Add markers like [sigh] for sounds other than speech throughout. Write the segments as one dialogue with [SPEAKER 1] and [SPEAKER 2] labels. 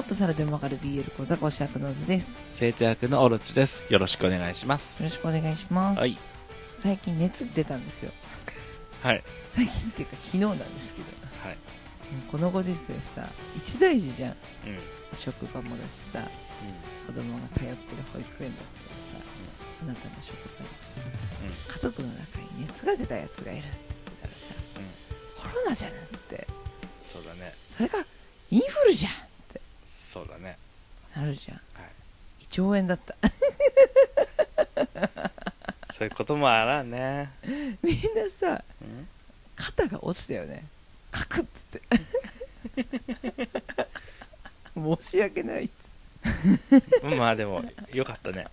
[SPEAKER 1] ッとされてもわかる BL 講座講師役の図です。よ
[SPEAKER 2] 生徒役のオロチですよろしくお願いします
[SPEAKER 1] ろしくお願いします。
[SPEAKER 2] はい
[SPEAKER 1] 最近熱出たんですよ。
[SPEAKER 2] はい
[SPEAKER 1] 最近っていうか昨日なんですけど、
[SPEAKER 2] はい
[SPEAKER 1] もうこのご時世さ、一大事じゃん。
[SPEAKER 2] うんうん
[SPEAKER 1] 職場もだしさ、子供が通ってる保育園だったらさ、あなたの職場にさ、家族の中に熱が出たやつがいるって言ったらさ、コロナじゃなくて、
[SPEAKER 2] そうだね
[SPEAKER 1] それがインフルじゃんって
[SPEAKER 2] そうだね
[SPEAKER 1] なるじゃん。
[SPEAKER 2] はい
[SPEAKER 1] 胃腸炎だった。 [laughs]
[SPEAKER 2] そういうこともあらんね
[SPEAKER 1] みんなさ、
[SPEAKER 2] うん
[SPEAKER 1] 肩が落ちたよねカクッつって
[SPEAKER 2] [laughs]
[SPEAKER 1] 申し訳ない
[SPEAKER 2] うんまあでもよかったね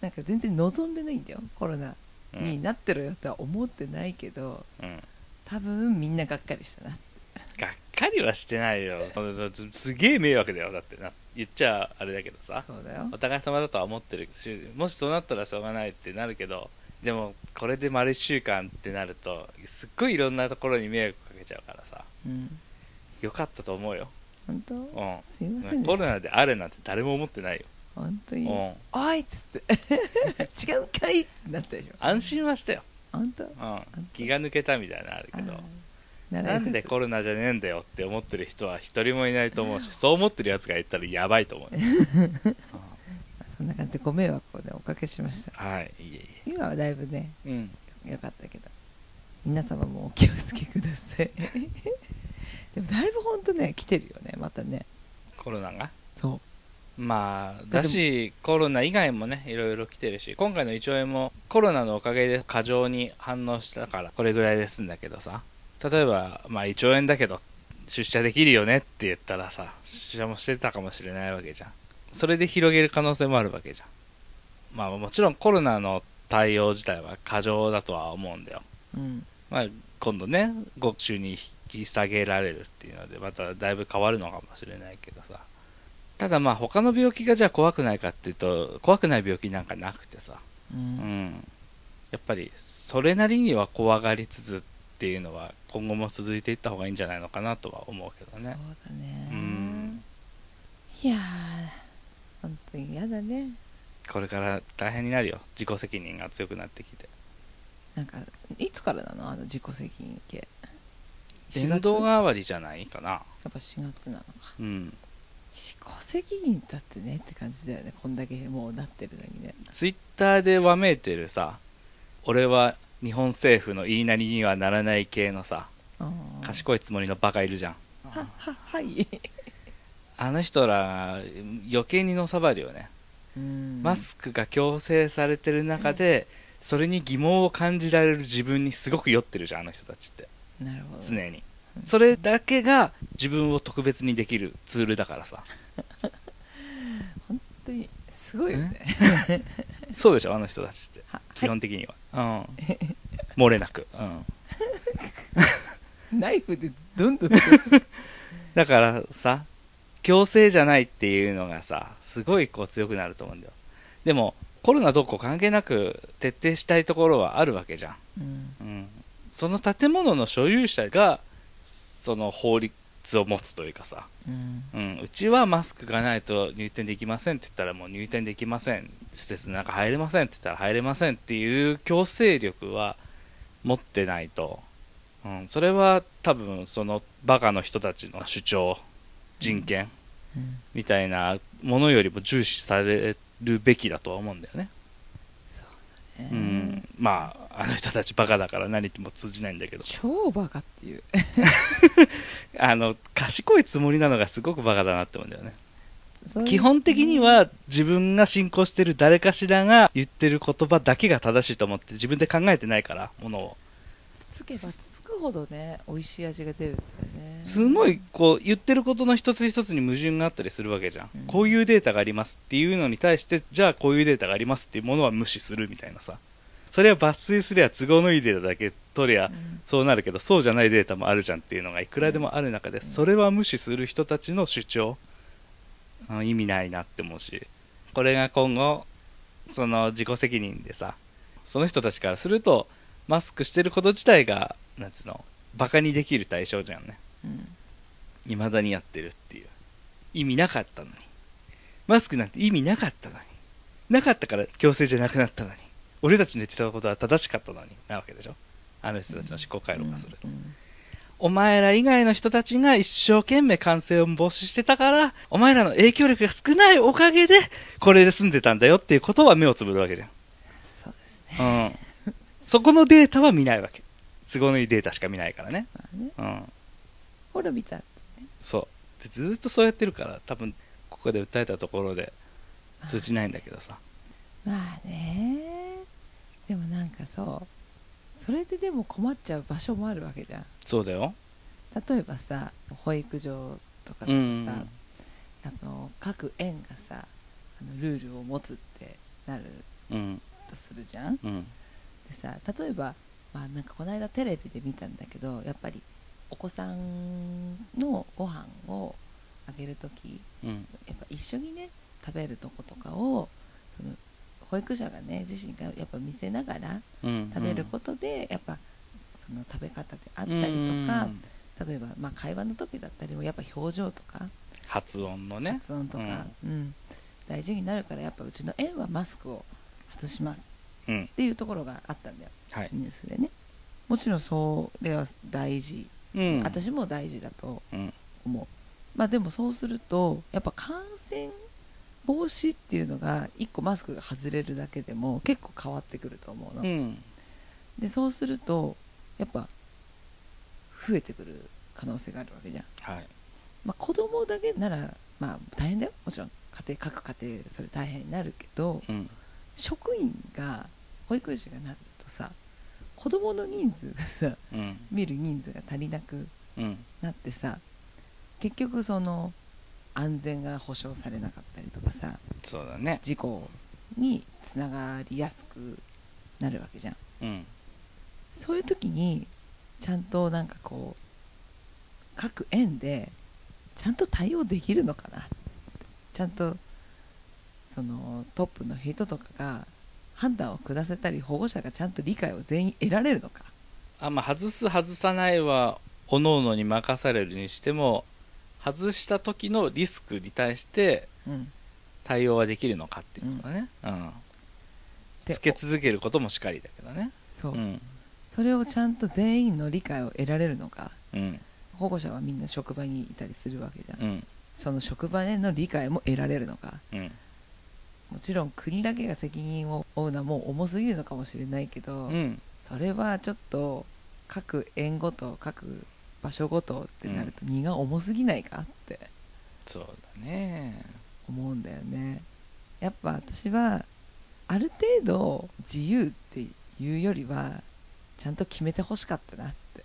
[SPEAKER 1] なんか全然望んでないんだよコロナ
[SPEAKER 2] う
[SPEAKER 1] に
[SPEAKER 2] ん
[SPEAKER 1] なってるよとは思ってないけど
[SPEAKER 2] うん
[SPEAKER 1] 多分みんながっかりしたな
[SPEAKER 2] がっかりはしてないよすげえ迷惑だよだってな言っちゃあれだけどさ
[SPEAKER 1] そうだよ
[SPEAKER 2] お互い様だとは思ってるしもしそうなったらしょうがないってなるけどでもこれで丸1週間ってなるとすっごいいろんなところに迷惑かけちゃうからさ
[SPEAKER 1] うん
[SPEAKER 2] よかったと思うよ、
[SPEAKER 1] 本当
[SPEAKER 2] うん、
[SPEAKER 1] すいませんで
[SPEAKER 2] コ
[SPEAKER 1] し
[SPEAKER 2] ロ
[SPEAKER 1] た
[SPEAKER 2] ナであれなんて誰も思ってないよ、
[SPEAKER 1] 本当
[SPEAKER 2] う
[SPEAKER 1] に
[SPEAKER 2] ん、
[SPEAKER 1] 「おい!」っつって「 [laughs] 違うんかい!」ってなったでしょ
[SPEAKER 2] 安心はしたよ、
[SPEAKER 1] 本当
[SPEAKER 2] うん、気が抜けたみたいなのあるけど
[SPEAKER 1] あーら
[SPEAKER 2] な
[SPEAKER 1] よかった
[SPEAKER 2] んでコロナじゃねえんだよって思ってる人は一人もいないと思うしそう思ってるやつがいたらやばいと思
[SPEAKER 1] [laughs]
[SPEAKER 2] うよ、うん
[SPEAKER 1] そんな感じでご迷惑をねおかけしました
[SPEAKER 2] はいいえい
[SPEAKER 1] 今はだいぶね
[SPEAKER 2] えうん
[SPEAKER 1] よかったけど皆様もお気をつけください [laughs] でもだいぶほんとね来てるよねまたね
[SPEAKER 2] コロナが
[SPEAKER 1] そ
[SPEAKER 2] まあだしコロナ以外もねいろいろ来てるし今回の胃腸炎もコロナのおかげで過剰に反応したからこれぐらいで済んだけどさ例えば、まあ、胃腸炎だけど出社できるよねって言ったらさ出社もしてたかもしれないわけじゃんそれで広げる可能性もあるわけじゃんまあもちろんコロナの対応自体は過剰だとは思うんだよ
[SPEAKER 1] ううん
[SPEAKER 2] まあ、今度ね、獄中に引き下げられるっていうので、まただいぶ変わるのかもしれないけどさ、ただまあ、他の病気がじゃあ怖くないかっていうと、怖くない病気なんかなくてさ、
[SPEAKER 1] う
[SPEAKER 2] うんん、やっぱりそれなりには怖がりつつっていうのは、今後も続いていった方がいいんじゃないのかなとは思うけど
[SPEAKER 1] そう
[SPEAKER 2] ね。
[SPEAKER 1] だね
[SPEAKER 2] うん
[SPEAKER 1] いやーほんとに嫌だね
[SPEAKER 2] これから大変になるよ、自己責任が強くなってきて。
[SPEAKER 1] なんかいつからなのあの自己責任系4
[SPEAKER 2] 電
[SPEAKER 1] 月
[SPEAKER 2] 動
[SPEAKER 1] や
[SPEAKER 2] 代わりじゃないかな。
[SPEAKER 1] っぱ4月なのか
[SPEAKER 2] うん
[SPEAKER 1] 自己責任だってねって感じだよねこんだけもうなってるのにね
[SPEAKER 2] ツイッターでわめいてるさ俺は日本政府の言いなりにはならない系のさ
[SPEAKER 1] うん
[SPEAKER 2] 賢いつもりのバカいるじゃん
[SPEAKER 1] はははい、
[SPEAKER 2] あの人ら余計にのさばるよね、
[SPEAKER 1] うん
[SPEAKER 2] マスクが強制されてる中でそれに疑問を感じられる自分にすごく酔ってるじゃんあの人たちって
[SPEAKER 1] なるほど
[SPEAKER 2] 常にそれだけが自分を特別にできるツールだからさ
[SPEAKER 1] 本当にすごいよね
[SPEAKER 2] そうでしょあの人たちって
[SPEAKER 1] は
[SPEAKER 2] 基
[SPEAKER 1] は
[SPEAKER 2] 本的
[SPEAKER 1] [laughs]
[SPEAKER 2] には、うん漏れなくうん
[SPEAKER 1] いナイフでどんどん
[SPEAKER 2] だからさ強制じゃないっていうのがさすごいこう強くなると思うんだよでもコロナどうこう関係なく徹底したいところはあるわけじゃん、
[SPEAKER 1] うん
[SPEAKER 2] うん、その建物の所有者がその法律を持つというかさ、
[SPEAKER 1] うん
[SPEAKER 2] うん、うちはマスクがないと入店できませんって言ったらもう入店できません施設の中入れませんって言ったら入れませんっていう強制力は持ってないと、うん、それは多分そのバカの人たちの主張人権みたいなものよりも重視されるべきだとは思うんだよね、
[SPEAKER 1] えー
[SPEAKER 2] うん、まああの人たちバカだから何とも通じないんだけど
[SPEAKER 1] 超バカっていう
[SPEAKER 2] あの賢いつもりなのがすごくバカだなって思うんだよね
[SPEAKER 1] そういう
[SPEAKER 2] 基本的には自分が信仰してる誰かしらが言ってる言葉だけが正しいと思って自分で考えてないからものを
[SPEAKER 1] つつけばつつくほどね美味しい味が出るんだよね
[SPEAKER 2] すごいこう言ってることの一つ一つに矛盾があったりするわけじゃん、
[SPEAKER 1] うん
[SPEAKER 2] こういうデータがありますっていうのに対してじゃあこういうデータがありますっていうものは無視するみたいなさそれは抜粋すりゃ都合のいいデータだけ取りゃ
[SPEAKER 1] うん
[SPEAKER 2] そうなるけどそうじゃないデータもあるじゃんっていうのがいくらでもある中でそれは無視する人たちの主張あ意味ないなって思うしこれが今後その自己責任でさその人たちからするとマスクしてること自体がなんつうのバカにできる対象じゃんね
[SPEAKER 1] うん
[SPEAKER 2] 未だにやってるっていう意味なかったのにマスクなんて意味なかったのになかったから強制じゃなくなったのに俺たちの言ってたことは正しかったのになわけでしょあの人たちの思考回路がすると、
[SPEAKER 1] うん
[SPEAKER 2] お前ら以外の人たちが一生懸命感染を防止してたからお前らの影響力が少ないおかげでこれで済んでたんだよっていうことは目をつぶるわけじゃん
[SPEAKER 1] そうですね
[SPEAKER 2] うん、そこのデータは見ないわけ都合のいいデータしか見ないからね,、
[SPEAKER 1] まあね
[SPEAKER 2] うん、
[SPEAKER 1] 滅びた、ま
[SPEAKER 2] そうでずーっとそうやってるから多分ここで訴えたところで通じないんだけどさ
[SPEAKER 1] あねでもなんかそうそれででも困っちゃう場所もあるわけじゃん
[SPEAKER 2] そうだよ
[SPEAKER 1] 例えばさ保育所とかだとさ、
[SPEAKER 2] うん
[SPEAKER 1] あの各園がさあのルールを持つってなる
[SPEAKER 2] うん
[SPEAKER 1] とするじゃん
[SPEAKER 2] うん
[SPEAKER 1] でさ例えば、まあ、なんかこの間テレビで見たんだけどやっぱりお子さんのご飯をあげる時
[SPEAKER 2] うん
[SPEAKER 1] やっぱ一緒にね食べるとことかをその保育者がね自身がやっぱ見せながら
[SPEAKER 2] うん
[SPEAKER 1] 食べることで、やっぱその食べ方であったりとか、
[SPEAKER 2] うん
[SPEAKER 1] 例えば、まあ、会話の時だったりもやっぱ表情とか
[SPEAKER 2] 発音のね
[SPEAKER 1] 発音とか、うん大事になるからやっぱうちの園はマスクを外します
[SPEAKER 2] うん
[SPEAKER 1] っていうところがあったんだよ
[SPEAKER 2] はい、
[SPEAKER 1] ニュースでねもちろんそれは大事、
[SPEAKER 2] うん、
[SPEAKER 1] 私も大事だと
[SPEAKER 2] うん
[SPEAKER 1] 思うまあでもそうするとやっぱ感染防止っていうのが1個マスクが外れるだけでも結構変わってくると思うの、
[SPEAKER 2] うん
[SPEAKER 1] でそうするとやっぱ増えてくる可能性があるわけじゃん
[SPEAKER 2] はい
[SPEAKER 1] まあ、子供だけなら、まあ、大変だよもちろん家庭各家庭それ大変になるけど
[SPEAKER 2] うん
[SPEAKER 1] 職員が保育士がなるとさ子供の人数がさ
[SPEAKER 2] うん
[SPEAKER 1] 見る人数が足りなく
[SPEAKER 2] うん
[SPEAKER 1] なってさ結局その安全が保障されなかったりとかさ
[SPEAKER 2] そうだね
[SPEAKER 1] 事故につながりやすくなるわけじゃん
[SPEAKER 2] うん
[SPEAKER 1] そういう時にちゃんとなんかこう各園でちゃんと対応できるのかなちゃんとそのトップの人とかが判断を下せたり保護者がちゃんと理解を全員得られるのか
[SPEAKER 2] あまあ外す外さないは各々に任されるにしても外した時のリスクに対して
[SPEAKER 1] うん
[SPEAKER 2] 対応はできるのかっていうのがね、うん
[SPEAKER 1] で
[SPEAKER 2] つけ続けることもしかりだけどね
[SPEAKER 1] そう、
[SPEAKER 2] うん
[SPEAKER 1] それをちゃんと全員の理解を得られるのか
[SPEAKER 2] うん
[SPEAKER 1] 保護者はみんな職場にいたりするわけじゃん、
[SPEAKER 2] うん
[SPEAKER 1] その職場への理解も得られるのか
[SPEAKER 2] うん
[SPEAKER 1] もちろん国だけが責任を負うのはもう重すぎるのかもしれないけど、
[SPEAKER 2] うん
[SPEAKER 1] それはちょっと各園ごと各場所ごとってなると荷が重すぎないかって
[SPEAKER 2] そうだね
[SPEAKER 1] 思うんだよねやっぱ私はある程度自由っていうよりはちゃんと決めてほしかったなって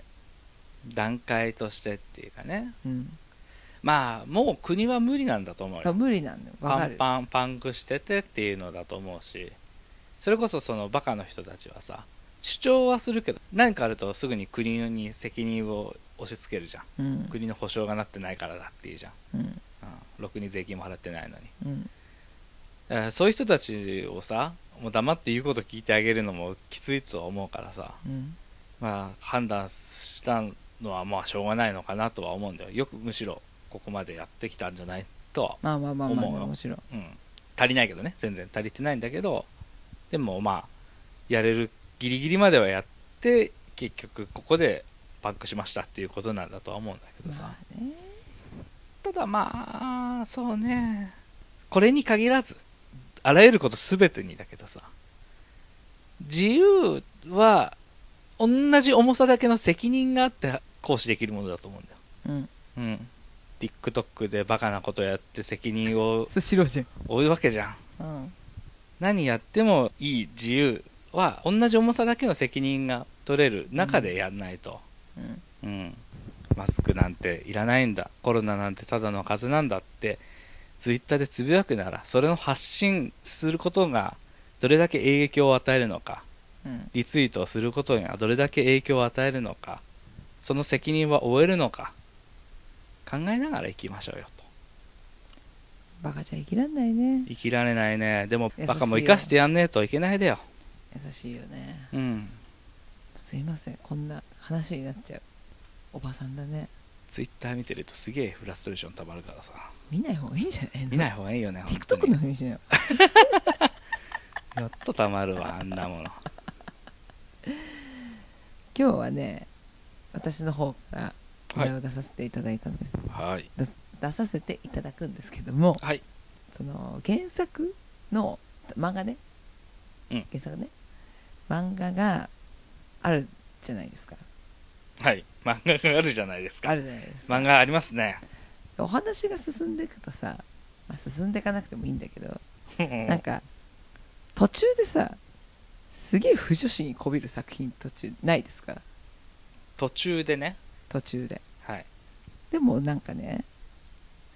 [SPEAKER 2] 段階としてっていうかね
[SPEAKER 1] うん
[SPEAKER 2] まあもう国は無理なんだと思う
[SPEAKER 1] そう
[SPEAKER 2] よ
[SPEAKER 1] 無理なんだよわ
[SPEAKER 2] パ
[SPEAKER 1] か
[SPEAKER 2] ン
[SPEAKER 1] る
[SPEAKER 2] パンパンクしててっていうのだと思うしそれこそそのバカの人たちはさ主張はするけど何かあるとすぐに国に責任を押し付けるじゃん
[SPEAKER 1] うん
[SPEAKER 2] 国の保障がなってないからだっていうじゃん、
[SPEAKER 1] うん
[SPEAKER 2] うん、ろくに税金も払ってないのに
[SPEAKER 1] うん
[SPEAKER 2] だからそういう人たちをさもう黙って言うこと聞いてあげるのもきついとは思うからさ
[SPEAKER 1] うん
[SPEAKER 2] まあ判断したのはまあしょうがないのかなとは思うんだよよくむしろここまでやってきたんじゃないとは、
[SPEAKER 1] まあまあまあまあ、
[SPEAKER 2] 思うよ
[SPEAKER 1] もちろん
[SPEAKER 2] うん、足りないけどね全然足りてないんだけどでもまあやれるギリギリまではやって結局ここでパンクしましたっていうことなんだとは思うんだけどさ、
[SPEAKER 1] まあね
[SPEAKER 2] ただまあそうねこれに限らずあらゆること全てにだけどさ自由は同じ重さだけの責任があって行使できるものだと思うんだよ
[SPEAKER 1] うん
[SPEAKER 2] うん TikTok でバカなことやって責任を
[SPEAKER 1] スシローじ
[SPEAKER 2] 負うわけじゃん
[SPEAKER 1] ゃんうん
[SPEAKER 2] 何やってもいい自由は同じ重さだけの責任が取れる中でやんないと、
[SPEAKER 1] うん
[SPEAKER 2] うん、マスクなんていらないんだコロナなんてただの風邪なんだってツイッターでつぶやくならそれの発信することがどれだけ影響を与えるのか
[SPEAKER 1] うん
[SPEAKER 2] リツイートをすることにはどれだけ影響を与えるのかその責任は負えるのか考えながら生きましょうよと
[SPEAKER 1] バカちゃ生きらんないね
[SPEAKER 2] 生きられないねでも
[SPEAKER 1] 優しいよ
[SPEAKER 2] バカも生かしてやんねえといけないだよ
[SPEAKER 1] 優しいよね
[SPEAKER 2] うん
[SPEAKER 1] すいませんこんな話になっちゃうおばさんだね
[SPEAKER 2] ツイッター見てるとすげえフラストレーションたまるからさ
[SPEAKER 1] 見ない方がいいんじゃないの
[SPEAKER 2] 見ない方がいいよね本当
[SPEAKER 1] TikTok
[SPEAKER 2] に
[SPEAKER 1] の話じゃない
[SPEAKER 2] やっとたまる [laughs] わあんなもの
[SPEAKER 1] 今日はね私の方からお題を出させていただいたんです、
[SPEAKER 2] はい
[SPEAKER 1] 出出させていただくんですけども
[SPEAKER 2] はい
[SPEAKER 1] その原作の漫画ね、
[SPEAKER 2] うん
[SPEAKER 1] 原作ね漫画があるじゃないですか
[SPEAKER 2] はい漫画があるじゃないです
[SPEAKER 1] あ
[SPEAKER 2] か
[SPEAKER 1] るじゃないですか
[SPEAKER 2] 漫画ありますね
[SPEAKER 1] お話が進んでいくとさ、まあ、進んでいかなくてもいいんだけど、
[SPEAKER 2] うん
[SPEAKER 1] なんか途中でさすげえ不女子にこびる作品途中ないですか
[SPEAKER 2] 途中でね
[SPEAKER 1] 途中で
[SPEAKER 2] はい、
[SPEAKER 1] でもなんかね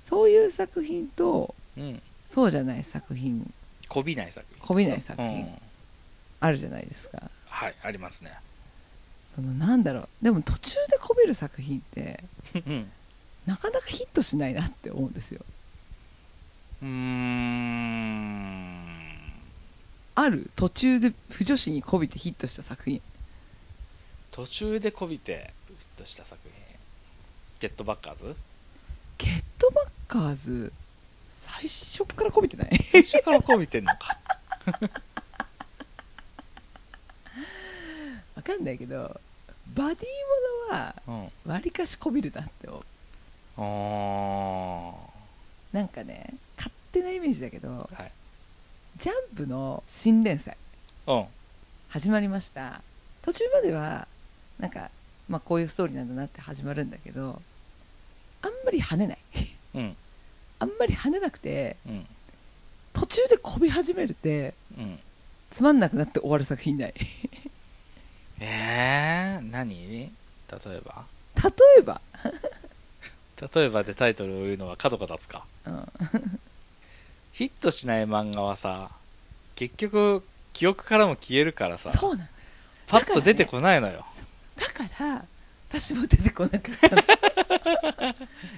[SPEAKER 1] そういう作品と
[SPEAKER 2] うん、
[SPEAKER 1] そうじゃない作品
[SPEAKER 2] こびない作
[SPEAKER 1] こびない作
[SPEAKER 2] 品、う
[SPEAKER 1] 品
[SPEAKER 2] ん、
[SPEAKER 1] あるじゃないですか、
[SPEAKER 2] はいありますね
[SPEAKER 1] そのなんだろうでも途中でこびる作品って
[SPEAKER 2] うん
[SPEAKER 1] なかなかヒットしないなって思うんですよ
[SPEAKER 2] うーん
[SPEAKER 1] ある途中で不女子にこびてヒットした作品
[SPEAKER 2] 途中でこびてヒットした作品ゲットバッカー [laughs] ズ
[SPEAKER 1] ゲットバッカーズ最初からこびてない [laughs]
[SPEAKER 2] 最初からこびてんのか
[SPEAKER 1] わかんないけどバディものは
[SPEAKER 2] うん
[SPEAKER 1] わりかしこびるなって思う
[SPEAKER 2] あー
[SPEAKER 1] なんかね勝手なイメージだけど
[SPEAKER 2] はい
[SPEAKER 1] ジャンプの新連載
[SPEAKER 2] うん
[SPEAKER 1] 始まりました途中まではなんか、まあ、こういうストーリーなんだなって始まるんだけどあんまり跳ねない
[SPEAKER 2] うん
[SPEAKER 1] あんまり跳ねなくて
[SPEAKER 2] うん
[SPEAKER 1] 途中でこび始めるって
[SPEAKER 2] うん
[SPEAKER 1] つまんなくなって終わる作品ない [laughs] 例
[SPEAKER 2] えー、何例えば
[SPEAKER 1] えば、
[SPEAKER 2] 例えばでタイトルを言うのは角が立つか
[SPEAKER 1] うん、
[SPEAKER 2] ヒットしない漫画はさ結局記憶からも消えるからさ
[SPEAKER 1] そうなの
[SPEAKER 2] パッと出てこないのよ、
[SPEAKER 1] だから私も出てこなかった
[SPEAKER 2] [laughs]
[SPEAKER 1] の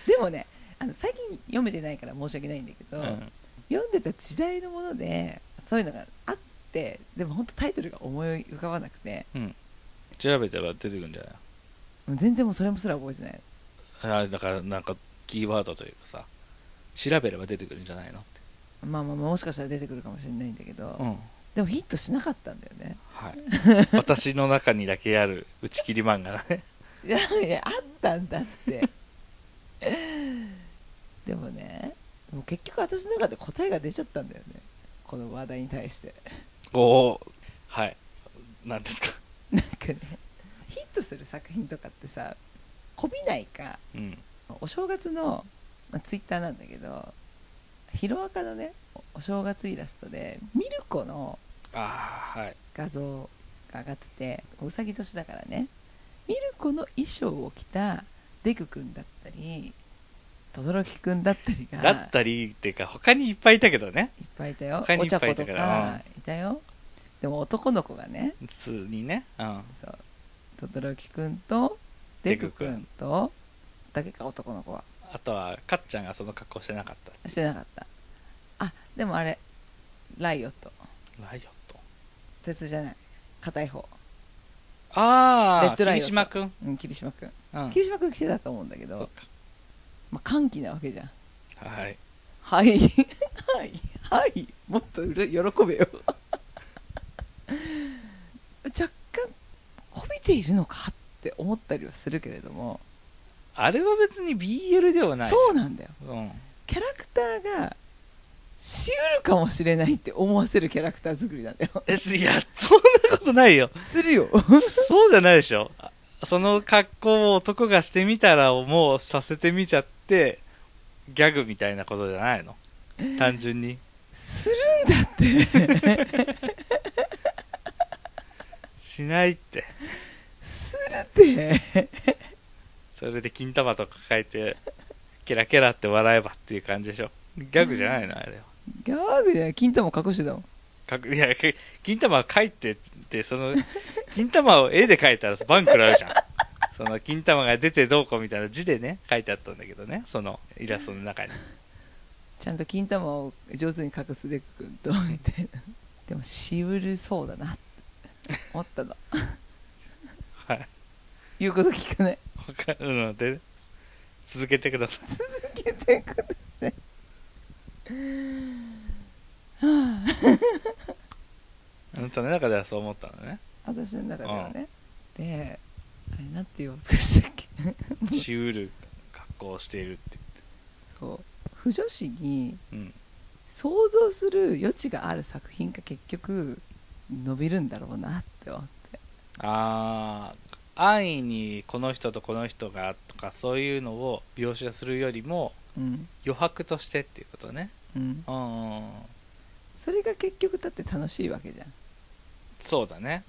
[SPEAKER 1] でもねあの最近読めてないから申し訳ないんだけど、
[SPEAKER 2] うん
[SPEAKER 1] 読んでた時代のものでそういうのがあってでも本当タイトルが思い浮かばなくて
[SPEAKER 2] うん、調べてば出てくるんじゃない
[SPEAKER 1] もう全然もうそれもすら覚えてない
[SPEAKER 2] あれだからなんかキーワードというかさ調べれば出てくるんじゃないのって
[SPEAKER 1] まあまあまあもしかしたら出てくるかもしれないんだけど、
[SPEAKER 2] うん
[SPEAKER 1] でもヒットしなかったんだよね
[SPEAKER 2] はい私の中にだけある打ち切り漫画だね
[SPEAKER 1] いやいやあったんだってでもねもう結局私の中で答えが出ちゃったんだよねこの話題に対して
[SPEAKER 2] おおーはい何ですか
[SPEAKER 1] なんかねヒットする作品とかってさこびないか
[SPEAKER 2] うん
[SPEAKER 1] お正月の、まあ、ツイッターなんだけどヒロアカのねおお正月イラストでミルコの
[SPEAKER 2] ああはい
[SPEAKER 1] 画像が上がっててうさぎ年だからねミルコの衣装を着たデク君だったり轟君だったりが
[SPEAKER 2] だったりっていうか他にいっぱいいたけどね
[SPEAKER 1] いっぱいいたよ
[SPEAKER 2] 他に
[SPEAKER 1] お
[SPEAKER 2] いっ
[SPEAKER 1] 茶
[SPEAKER 2] ぱい
[SPEAKER 1] 子
[SPEAKER 2] いた
[SPEAKER 1] と
[SPEAKER 2] から
[SPEAKER 1] かいたよでも男の子がね
[SPEAKER 2] 普通にねうん
[SPEAKER 1] そう轟君とデク君とだけか男の子は
[SPEAKER 2] あとはかっちゃんがその格好してなかった
[SPEAKER 1] してなかったあでもあれライオット
[SPEAKER 2] ライオット
[SPEAKER 1] 鉄じゃない硬い方、レ
[SPEAKER 2] あ
[SPEAKER 1] ッ
[SPEAKER 2] あ
[SPEAKER 1] ドライオット
[SPEAKER 2] 桐島くん、
[SPEAKER 1] うん、霧島君
[SPEAKER 2] うん、
[SPEAKER 1] 霧島君来てたと思うんだけ
[SPEAKER 2] そう
[SPEAKER 1] ど、
[SPEAKER 2] か
[SPEAKER 1] まあ、歓喜なわけじゃん
[SPEAKER 2] はい
[SPEAKER 1] はいはいはいもっとうれ喜べよ若干こびているのかって思ったりはするけれども
[SPEAKER 2] あれは別に BL ではない
[SPEAKER 1] そうなんだよ
[SPEAKER 2] う、うん、
[SPEAKER 1] キャラクターがしうるかもしれないって思わせるキャラクター作りなんだよ
[SPEAKER 2] えすいやそんなことな
[SPEAKER 1] [laughs]
[SPEAKER 2] いよ
[SPEAKER 1] するよ
[SPEAKER 2] そうじゃないでしょあその格好を男がしてみたらをもうさせてみちゃってギャグみたいなことじゃないの単純に
[SPEAKER 1] するんだって
[SPEAKER 2] しないって
[SPEAKER 1] するって
[SPEAKER 2] それで金玉とか書いてケラケラって笑えばっていう感じでしょギャグじゃないのあれは
[SPEAKER 1] ギャグじゃない金玉隠してたもん
[SPEAKER 2] かくいやけ金玉は書いてってその金玉を絵で描いたらバン食らうじゃんその金玉が出てどうこうみたいな字でね書いてあったんだけどねそのイラストの中に
[SPEAKER 1] ちゃんと金玉を上手に隠すデク君とみたいなでもしうるそうだなって思ったの
[SPEAKER 2] はい
[SPEAKER 1] 言うこと聞かない
[SPEAKER 2] わかるので続けてください
[SPEAKER 1] けてください。はあ
[SPEAKER 2] あなたの中ではそう思ったのね
[SPEAKER 1] 私の中ではね。で、あれなんて言おうとしたっけ [laughs]
[SPEAKER 2] しうる格好をしているって
[SPEAKER 1] そう。不女子に
[SPEAKER 2] 言って、
[SPEAKER 1] 想像する余地がある作品が結局伸びるんだろうなって思って。
[SPEAKER 2] うん、ああ安易にこの人とこの人がとかそういうのを描写するよりも
[SPEAKER 1] うん。
[SPEAKER 2] 余白としてっていうことね
[SPEAKER 1] うん。
[SPEAKER 2] うんうんうん
[SPEAKER 1] それが結局だって楽しいわけじゃん。
[SPEAKER 2] そうだね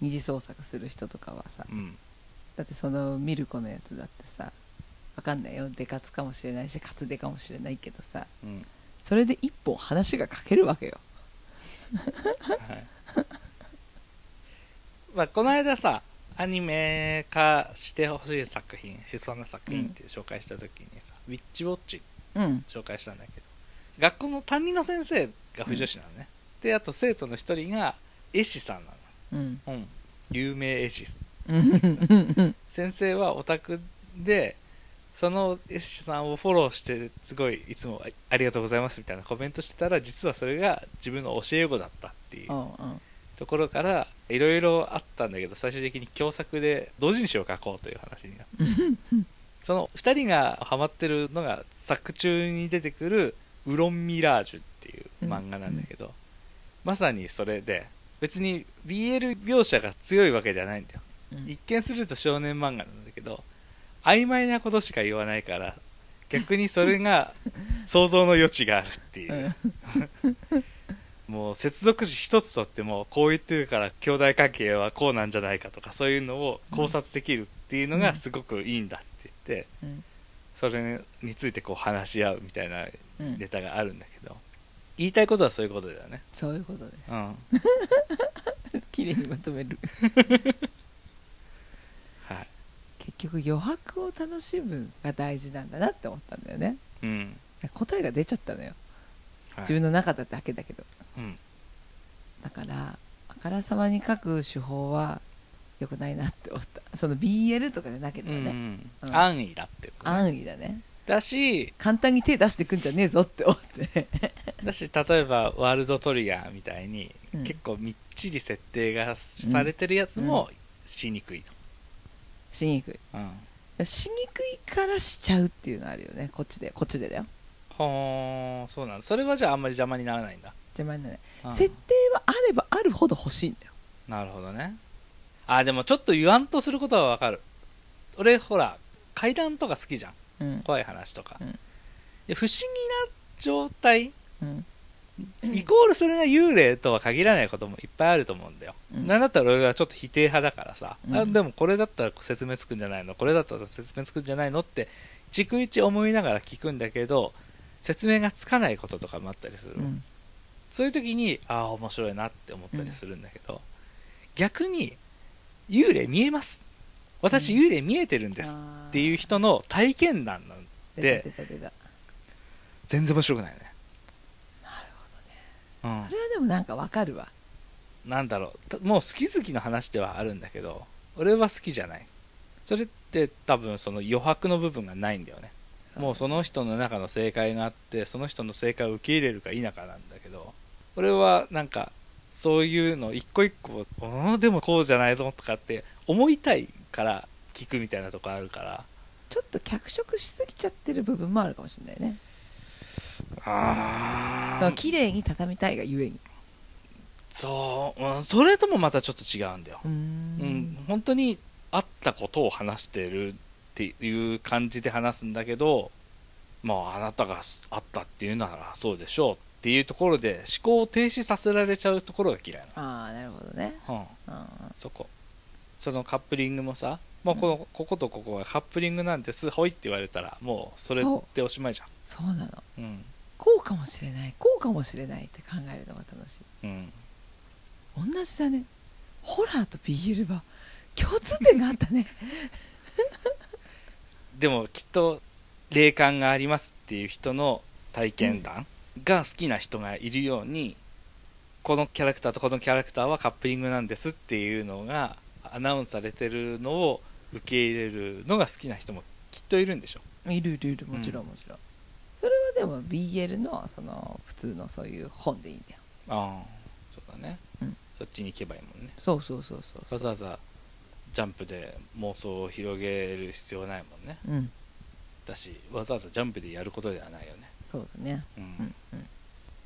[SPEAKER 1] 二次創作する人とかはさ。
[SPEAKER 2] うん
[SPEAKER 1] だってそのミルコのやつだってさわかんないよデカツかもしれないしカツデかもしれないけどさ
[SPEAKER 2] うん
[SPEAKER 1] それで一本話が書けるわけよ
[SPEAKER 2] はい [laughs] まあこの間さアニメ化してほしい作品しそうな作品って紹介した時にさ「ウィッチウォッチ
[SPEAKER 1] うん」
[SPEAKER 2] 紹介したんだけど学校の担任の先生が不女子なのね、であと生徒の一人が絵師さんな
[SPEAKER 1] うん
[SPEAKER 2] の、有名絵師
[SPEAKER 1] うん
[SPEAKER 2] 先生はオタクでその絵師さんをフォローしてすごいいつもありがとうございますみたいなコメントしてたら実はそれが自分の教え子だったっていうところからいろいろあったんだけど最終的に共作で同人誌を書こうという話になってその2人がハマってるのが作中に出てくる「ウロンミラージュ」っていう漫画なんだけど、まさにそれで別に BL 描写が強いわけじゃないんだよ一見すると少年漫画なんだけど曖昧なことしか言わないから逆にそ
[SPEAKER 1] [laughs]
[SPEAKER 2] れが想像の余地があるっていう、もう接続詞一つとってもこう言ってるから兄弟関係はこうなんじゃないかとかそういうのを考察できるっていうの
[SPEAKER 1] う
[SPEAKER 2] が
[SPEAKER 1] ん
[SPEAKER 2] すごくいいんだって言ってそれについてこう話し合うみたいなネタがあるんだけど言いたいことはそういうことだよね
[SPEAKER 1] そういうことです
[SPEAKER 2] うん
[SPEAKER 1] 綺麗にまとめる
[SPEAKER 2] はい
[SPEAKER 1] 結局余白を楽しむが大事なんだなって思ったんだよね
[SPEAKER 2] うん
[SPEAKER 1] 答えが出ちゃったのよ
[SPEAKER 2] はい
[SPEAKER 1] 自分の中だだけだけど
[SPEAKER 2] うん
[SPEAKER 1] だからあからさまに書く手法は良くないなって思ったその BL とかじゃなければ
[SPEAKER 2] うんう
[SPEAKER 1] ね、
[SPEAKER 2] ん
[SPEAKER 1] うん
[SPEAKER 2] 安易だっていうことね
[SPEAKER 1] 安易だね
[SPEAKER 2] だし
[SPEAKER 1] 簡単に手出してくんじゃねえぞって思って
[SPEAKER 2] [laughs] だし例えばワールドトリガーみたいに、
[SPEAKER 1] うん
[SPEAKER 2] 結構みっちり設定がされてるやつもしにくいと、
[SPEAKER 1] しにく
[SPEAKER 2] うん
[SPEAKER 1] いしにくいからしちゃうっていうのあるよねこっちでこっちでだよ
[SPEAKER 2] ほーそうなのそれはじゃああんまり邪魔にならないんだ、
[SPEAKER 1] 邪魔にならない
[SPEAKER 2] うん
[SPEAKER 1] 設定はあればあるほど欲しいんだよ
[SPEAKER 2] なるほどねあでもちょっと言わんとすることはわかる俺ほら階段とか好きじゃん
[SPEAKER 1] うん
[SPEAKER 2] 怖い話とか、
[SPEAKER 1] うん
[SPEAKER 2] で不思議な状態
[SPEAKER 1] うん
[SPEAKER 2] イコールそれが幽霊とは限らないこともいっぱいあると思うんだよ、
[SPEAKER 1] うん
[SPEAKER 2] なんだったら俺はちょっと否定派だからさ、あ
[SPEAKER 1] うん
[SPEAKER 2] でもこれだったら説明つくんじゃないのこれだったら説明つくんじゃないのって逐一思いながら聞くんだけど説明がつかないこととかもあったりする、
[SPEAKER 1] うん
[SPEAKER 2] そういう時にああ面白いなって思ったりするんだけど、逆に幽霊見えます私
[SPEAKER 1] うん
[SPEAKER 2] 幽霊見えてるんですっていう人の体験談なん
[SPEAKER 1] 出
[SPEAKER 2] で
[SPEAKER 1] た出た出たなる
[SPEAKER 2] 全然面白くないね、
[SPEAKER 1] ほどね
[SPEAKER 2] うん
[SPEAKER 1] それはでもなんかわかるわ
[SPEAKER 2] なんだろうたもう好き好きの話ではあるんだけど俺は好きじゃないそれって多分その余白の部分がないんだよねもうその人の中の正解があってその人の正解を受け入れるか否かなんだけど俺はなんかそういうの一個一個うんでもこうじゃないぞとかって思いたいから聞くみたいなとこあるから
[SPEAKER 1] ちょっと脚色しすぎちゃってる部分もあるかもしれないね
[SPEAKER 2] あ
[SPEAKER 1] その綺麗に畳みたいがゆえに
[SPEAKER 2] そう、うん、それともまたちょっと違うんだよ
[SPEAKER 1] うーん
[SPEAKER 2] うん、本当にあったことを話してるっていう感じで話すんだけどまああなたがあったっていうならそうでしょうっていうところで思考を停止させられちゃうところが嫌い
[SPEAKER 1] ああなるほどね
[SPEAKER 2] なの、うん、
[SPEAKER 1] あ
[SPEAKER 2] そこそのカップリングもさもうこの、こことここがカップリングなんですほいって言われたらもうそれでおしまいじゃ
[SPEAKER 1] そうなの
[SPEAKER 2] んうん
[SPEAKER 1] こうかもしれないこうかもしれないって考えるのが楽しい
[SPEAKER 2] うん
[SPEAKER 1] 同じだねホラーと BL は共通点があったね
[SPEAKER 2] でもきっと霊感がありますっていう人の体験談が好きな人がいるように、このキャラクターとこのキャラクターはカップリングなんですっていうのがアナウンスされてるのを受け入れるのが好きな人もきっといるんでしょ
[SPEAKER 1] いるいるいるもちろんもちろん、それはでも BL のその普通のそういう本でいいんだよ
[SPEAKER 2] ああそうだね、
[SPEAKER 1] うん
[SPEAKER 2] そっちに行けばいいもんね
[SPEAKER 1] そうそうそうそうそ
[SPEAKER 2] わ
[SPEAKER 1] う
[SPEAKER 2] ざわざジャンプで妄想を広げる必要ないもんね
[SPEAKER 1] うん
[SPEAKER 2] だしわざわざジャンプでやることではないよね
[SPEAKER 1] そうだね
[SPEAKER 2] うん、
[SPEAKER 1] うんうん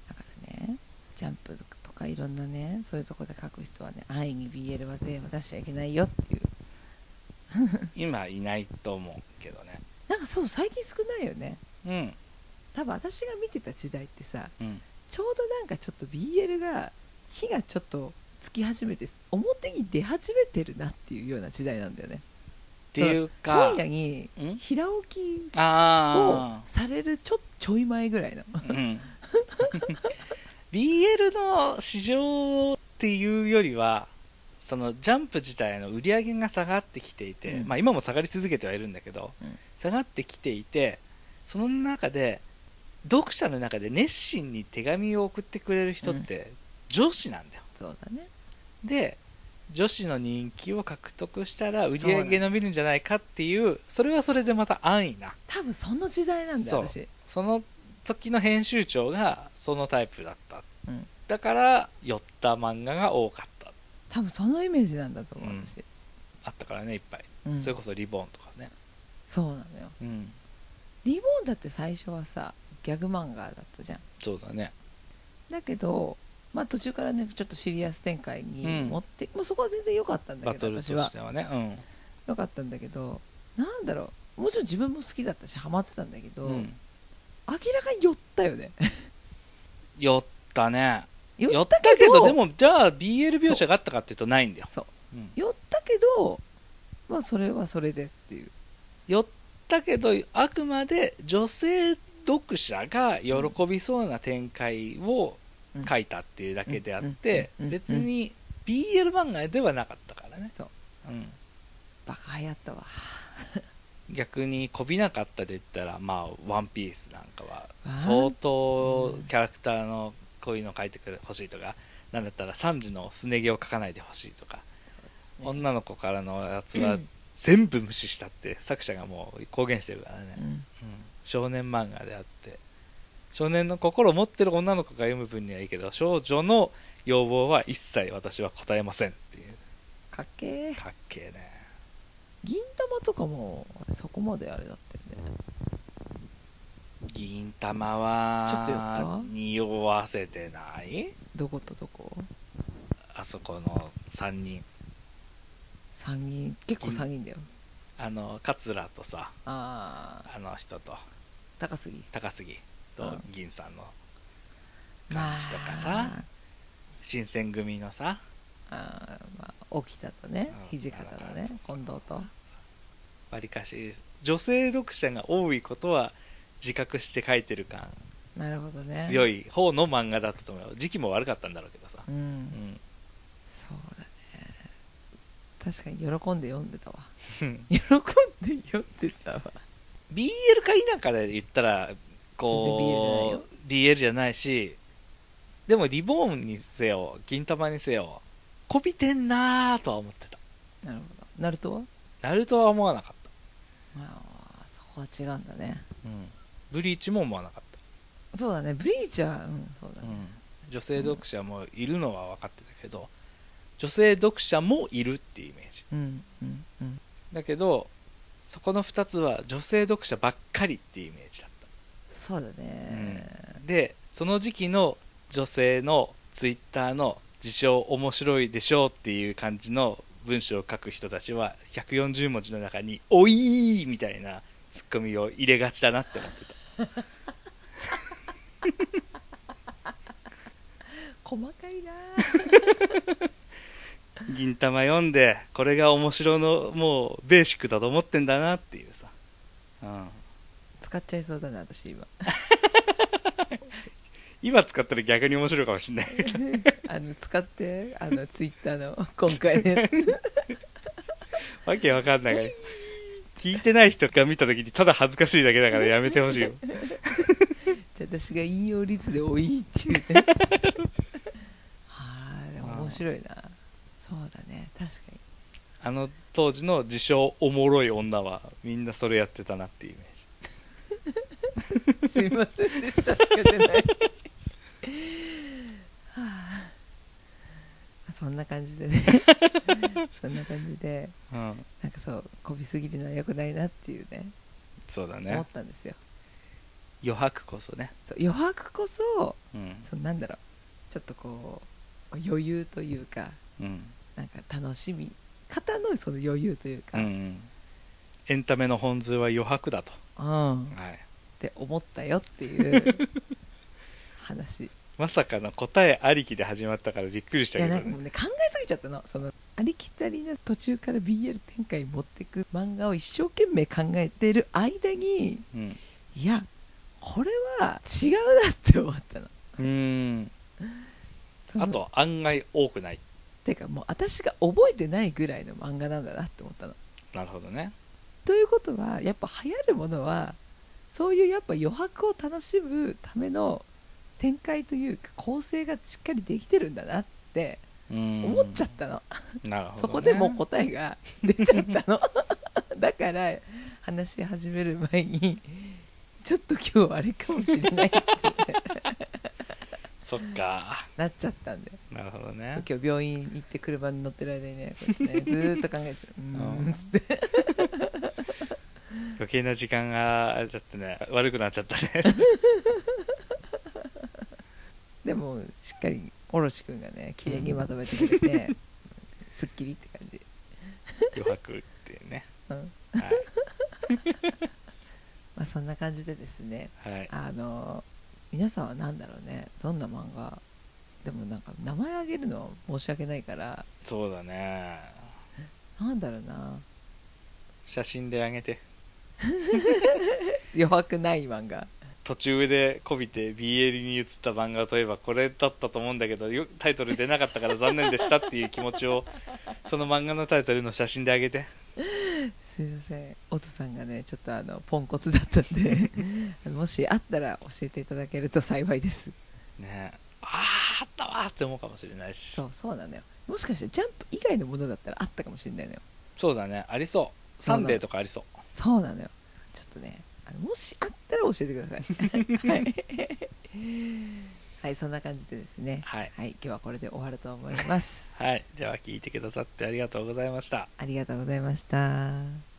[SPEAKER 1] だからねジャンプとかいろんなねそういうとこで書く人はね安易に BL はテーマ出しちゃいけないよっていう
[SPEAKER 2] 今いないと思うけどね
[SPEAKER 1] なんかそう最近少ないよね
[SPEAKER 2] うん
[SPEAKER 1] 多分私が見てた時代ってさ
[SPEAKER 2] うん
[SPEAKER 1] ちょうどなんかちょっと BL が火がちょっとつき始めて表に出始めてるなっていうような時代なんだよね
[SPEAKER 2] っていうか
[SPEAKER 1] 今夜に
[SPEAKER 2] うん
[SPEAKER 1] 平置きを
[SPEAKER 2] あ
[SPEAKER 1] されるちょちょい前ぐらいの
[SPEAKER 2] あ、うん、BL の市場っていうよりはそのジャンプ自体の売り上げが下がってきていて、
[SPEAKER 1] うん
[SPEAKER 2] まあ、今も下がり続けてはいるんだけど、
[SPEAKER 1] うん
[SPEAKER 2] 下がってきていてその中で読者の中で熱心に手紙を送ってくれる人って女子なんだよ、
[SPEAKER 1] そうだね
[SPEAKER 2] で女子の人気を獲得したら売り上げ伸びるんじゃないかっていうそれはそれでまた安易な
[SPEAKER 1] 多分その時代なんだよ
[SPEAKER 2] そう
[SPEAKER 1] 私
[SPEAKER 2] その時の編集長がそのタイプだった、
[SPEAKER 1] うん
[SPEAKER 2] だから寄った漫画が多かった
[SPEAKER 1] 多分そのイメージなんだと思う、
[SPEAKER 2] うん
[SPEAKER 1] 私、
[SPEAKER 2] あったからねいっぱい、
[SPEAKER 1] うん
[SPEAKER 2] それこそリボンとかね
[SPEAKER 1] そうなのよ
[SPEAKER 2] うん
[SPEAKER 1] リボンだって最初はさギャグ漫画だったじゃん
[SPEAKER 2] そうだね
[SPEAKER 1] だけどまあ途中からねちょっとシリアス展開に
[SPEAKER 2] うん
[SPEAKER 1] 持って、もうそこは全然良かったんだ
[SPEAKER 2] バ
[SPEAKER 1] けど
[SPEAKER 2] トルと
[SPEAKER 1] 私は
[SPEAKER 2] してはね
[SPEAKER 1] 良かったんだけどなんだろうもちろん自分も好きだったしハマってたんだけ
[SPEAKER 2] う
[SPEAKER 1] ど、
[SPEAKER 2] ん、うん、
[SPEAKER 1] 明らかに寄ったよ
[SPEAKER 2] [laughs]
[SPEAKER 1] ね
[SPEAKER 2] 寄ったね
[SPEAKER 1] 寄
[SPEAKER 2] 寄っ
[SPEAKER 1] った
[SPEAKER 2] た
[SPEAKER 1] け
[SPEAKER 2] け
[SPEAKER 1] ど
[SPEAKER 2] どでもじゃあ BL 描写があったかっていうとないんだよ
[SPEAKER 1] そう
[SPEAKER 2] うん
[SPEAKER 1] 寄ったけどまあそれはそれでっていう
[SPEAKER 2] 寄ったけどあくまで女性読者が喜びそうな展開を書いたっていうだけであって
[SPEAKER 1] うんうんうんうん
[SPEAKER 2] 別に BL 漫画ではなかったからね
[SPEAKER 1] そう、
[SPEAKER 2] ん、
[SPEAKER 1] バカ流行ったわ
[SPEAKER 2] 逆にこびなかったで言ったら「まあワンピースなんかは
[SPEAKER 1] あー
[SPEAKER 2] 相当キャラクターのこういうの書いてほしいとかなんだったら3時のすね毛を描かないでほしいとか、
[SPEAKER 1] ね
[SPEAKER 2] 女の子からのやつは全部無視したって作者がもう公言してるからね、
[SPEAKER 1] うん
[SPEAKER 2] 少年漫画であって少年の心を持ってる女の子が読む分にはいいけど少女の要望は一切私は答えませんっていう
[SPEAKER 1] かっけー
[SPEAKER 2] かっけえね
[SPEAKER 1] 銀玉とかもあれそこまであれだったよね
[SPEAKER 2] 銀玉
[SPEAKER 1] ちょっと寄った
[SPEAKER 2] は匂わせてない
[SPEAKER 1] どことどこ
[SPEAKER 2] あそこの3人
[SPEAKER 1] 参議院結構参議院だよ
[SPEAKER 2] あの桂とさ
[SPEAKER 1] ああ
[SPEAKER 2] あの人と
[SPEAKER 1] 高杉
[SPEAKER 2] 高杉
[SPEAKER 1] う
[SPEAKER 2] と
[SPEAKER 1] ん
[SPEAKER 2] 銀さんの感じとかさ、新選組のさ
[SPEAKER 1] まあ、あーまあ沖田とね
[SPEAKER 2] うん
[SPEAKER 1] 土方と
[SPEAKER 2] あな
[SPEAKER 1] ね
[SPEAKER 2] たと
[SPEAKER 1] 近藤と
[SPEAKER 2] わりかし女性読者が多いことは自覚して書いてる感
[SPEAKER 1] なるほどね
[SPEAKER 2] 強
[SPEAKER 1] い
[SPEAKER 2] い方の漫画だったと思うよ時期も悪かったんだろうけどさ、
[SPEAKER 1] う
[SPEAKER 2] うんん、
[SPEAKER 1] そうだね確かに喜んで読んでたわ
[SPEAKER 2] BL
[SPEAKER 1] 喜んで読んでたわ
[SPEAKER 2] か否かで言ったらこう BL じゃないしでもリボーンにせよ銀玉にせよこびてんなーとは思ってた
[SPEAKER 1] なるほどナルトは
[SPEAKER 2] ナルトは思わなかっ
[SPEAKER 1] まあそこは違うんだね
[SPEAKER 2] た、ブリーチも思わなかっ
[SPEAKER 1] そうだねブリーチはうんそうだ
[SPEAKER 2] た、
[SPEAKER 1] ね、
[SPEAKER 2] 女性読者もいるのは分かってたけど女性読者もいるっていうイメージ
[SPEAKER 1] うんうんうん
[SPEAKER 2] だけどそこの2つは女性読者ばっかりっていうイメージだった
[SPEAKER 1] そうだね、
[SPEAKER 2] でその時期の女性のツイッターの自称面白いでしょうっていう感じの文章を書く人たちは140文字の中に「おいー!」みたいなツッコミを入れがちだなって思ってた
[SPEAKER 1] 細かいな [laughs]
[SPEAKER 2] 銀玉読んでこれが面白のもうベーシックだと思ってんだなっていうさ、うん、
[SPEAKER 1] 使っちゃいそうだな私今 [laughs]
[SPEAKER 2] 今使ったら逆に面白いかもしれない [laughs] けど
[SPEAKER 1] あの使ってあのツイッターの [laughs] 今回のやつ
[SPEAKER 2] わけわかんないから聞いてない人が見た時にただ恥ずかしいだけだからやめてほしいよ
[SPEAKER 1] じゃあ私が引用率で多いっていう [laughs] ねはあでも面白いなそうだね確かに
[SPEAKER 2] あの当時の自称おもろい女はみんなそれやってたなっていうイメージ
[SPEAKER 1] すいませんでしたしか出ない、は [laughs] あ、そんな感じで [laughs] ねそんな感じで
[SPEAKER 2] うん、
[SPEAKER 1] なんかそうこびすぎるのは良くないなっていうね
[SPEAKER 2] そうだ
[SPEAKER 1] 思
[SPEAKER 2] ね
[SPEAKER 1] ったんですよ
[SPEAKER 2] 余白こそね、
[SPEAKER 1] そう余白こそ
[SPEAKER 2] うん
[SPEAKER 1] そのなんだろうちょっとこう余裕というか
[SPEAKER 2] うん
[SPEAKER 1] なんか楽しみ方のその余裕というか、
[SPEAKER 2] うんうん、エンタメの本図は余白だと、
[SPEAKER 1] うん、っ
[SPEAKER 2] はい、
[SPEAKER 1] て思ったよっていう
[SPEAKER 2] [laughs]
[SPEAKER 1] 話い
[SPEAKER 2] まさかの答えありきで始まったからびっくりしたけ
[SPEAKER 1] や
[SPEAKER 2] ど
[SPEAKER 1] なんかもう
[SPEAKER 2] ね
[SPEAKER 1] ね考えすぎちゃったのそのありきたりな途中から BL 展開持ってく漫画を一生懸命考えてる間に
[SPEAKER 2] うん
[SPEAKER 1] いやこれは違うなって思ったの。
[SPEAKER 2] うん
[SPEAKER 1] その
[SPEAKER 2] あと案外多くない
[SPEAKER 1] ていうかもう私が覚えてないぐらいの漫画なんだなって思ったの。
[SPEAKER 2] なるほどね
[SPEAKER 1] ということはやっぱ流行るものはそういうやっぱ余白を楽しむための展開というか構成がしっかりできてるんだなって
[SPEAKER 2] うん
[SPEAKER 1] 思っちゃったの、
[SPEAKER 2] なるほど、ね、
[SPEAKER 1] そこでもう答えが出ちゃった
[SPEAKER 2] [laughs]
[SPEAKER 1] のだから話し始める前にちょっと今日はあれかもしれないって
[SPEAKER 2] そっか
[SPEAKER 1] なっちゃったんで、
[SPEAKER 2] なるほど
[SPEAKER 1] そう
[SPEAKER 2] ね
[SPEAKER 1] 今日病院行って車に乗ってる間にねこうやってねずーっと考えて
[SPEAKER 2] [laughs]
[SPEAKER 1] るうーんっつって
[SPEAKER 2] 余計な時間があれだってね悪くなっちゃった
[SPEAKER 1] [laughs]
[SPEAKER 2] ね
[SPEAKER 1] でもしっかりおろし君がね綺麗にまとめてくれて、すっきりって感じ、
[SPEAKER 2] 余白っていうね
[SPEAKER 1] うん
[SPEAKER 2] は
[SPEAKER 1] まあ、そんな感じでですね
[SPEAKER 2] い、はい、
[SPEAKER 1] あの皆さんは何だろうねどんな漫画でもなんか名前あげるの申し訳ないから
[SPEAKER 2] そうだね
[SPEAKER 1] なんだろうな
[SPEAKER 2] 写真であげて
[SPEAKER 1] 弱くない漫画
[SPEAKER 2] 途中でこびて BL に移った漫画といえばこれだったと思うんだけどよタイトル出なかったから残念でしたっていう気持
[SPEAKER 1] [laughs]
[SPEAKER 2] ちをその漫画のタイトルの写真であげて
[SPEAKER 1] すいませんおとさんがねちょっとあのポンコツだったんであのもしあったら教えていただけると幸いです
[SPEAKER 2] ねあああったわーって思うかもしれないし
[SPEAKER 1] そうそうなのよもしかしてジャンプ以外のものだったらあったかもしれないのよ
[SPEAKER 2] そうだねありそうサンデーとかありそう
[SPEAKER 1] そうなのよちょっとねあのもしあったら教えてくださいはい、 [laughs] はい、そんな感じでですね
[SPEAKER 2] はい
[SPEAKER 1] はい、今日はこれで終わると思います
[SPEAKER 2] はいでは聞いてくださってありがとうございました
[SPEAKER 1] ありがとうございました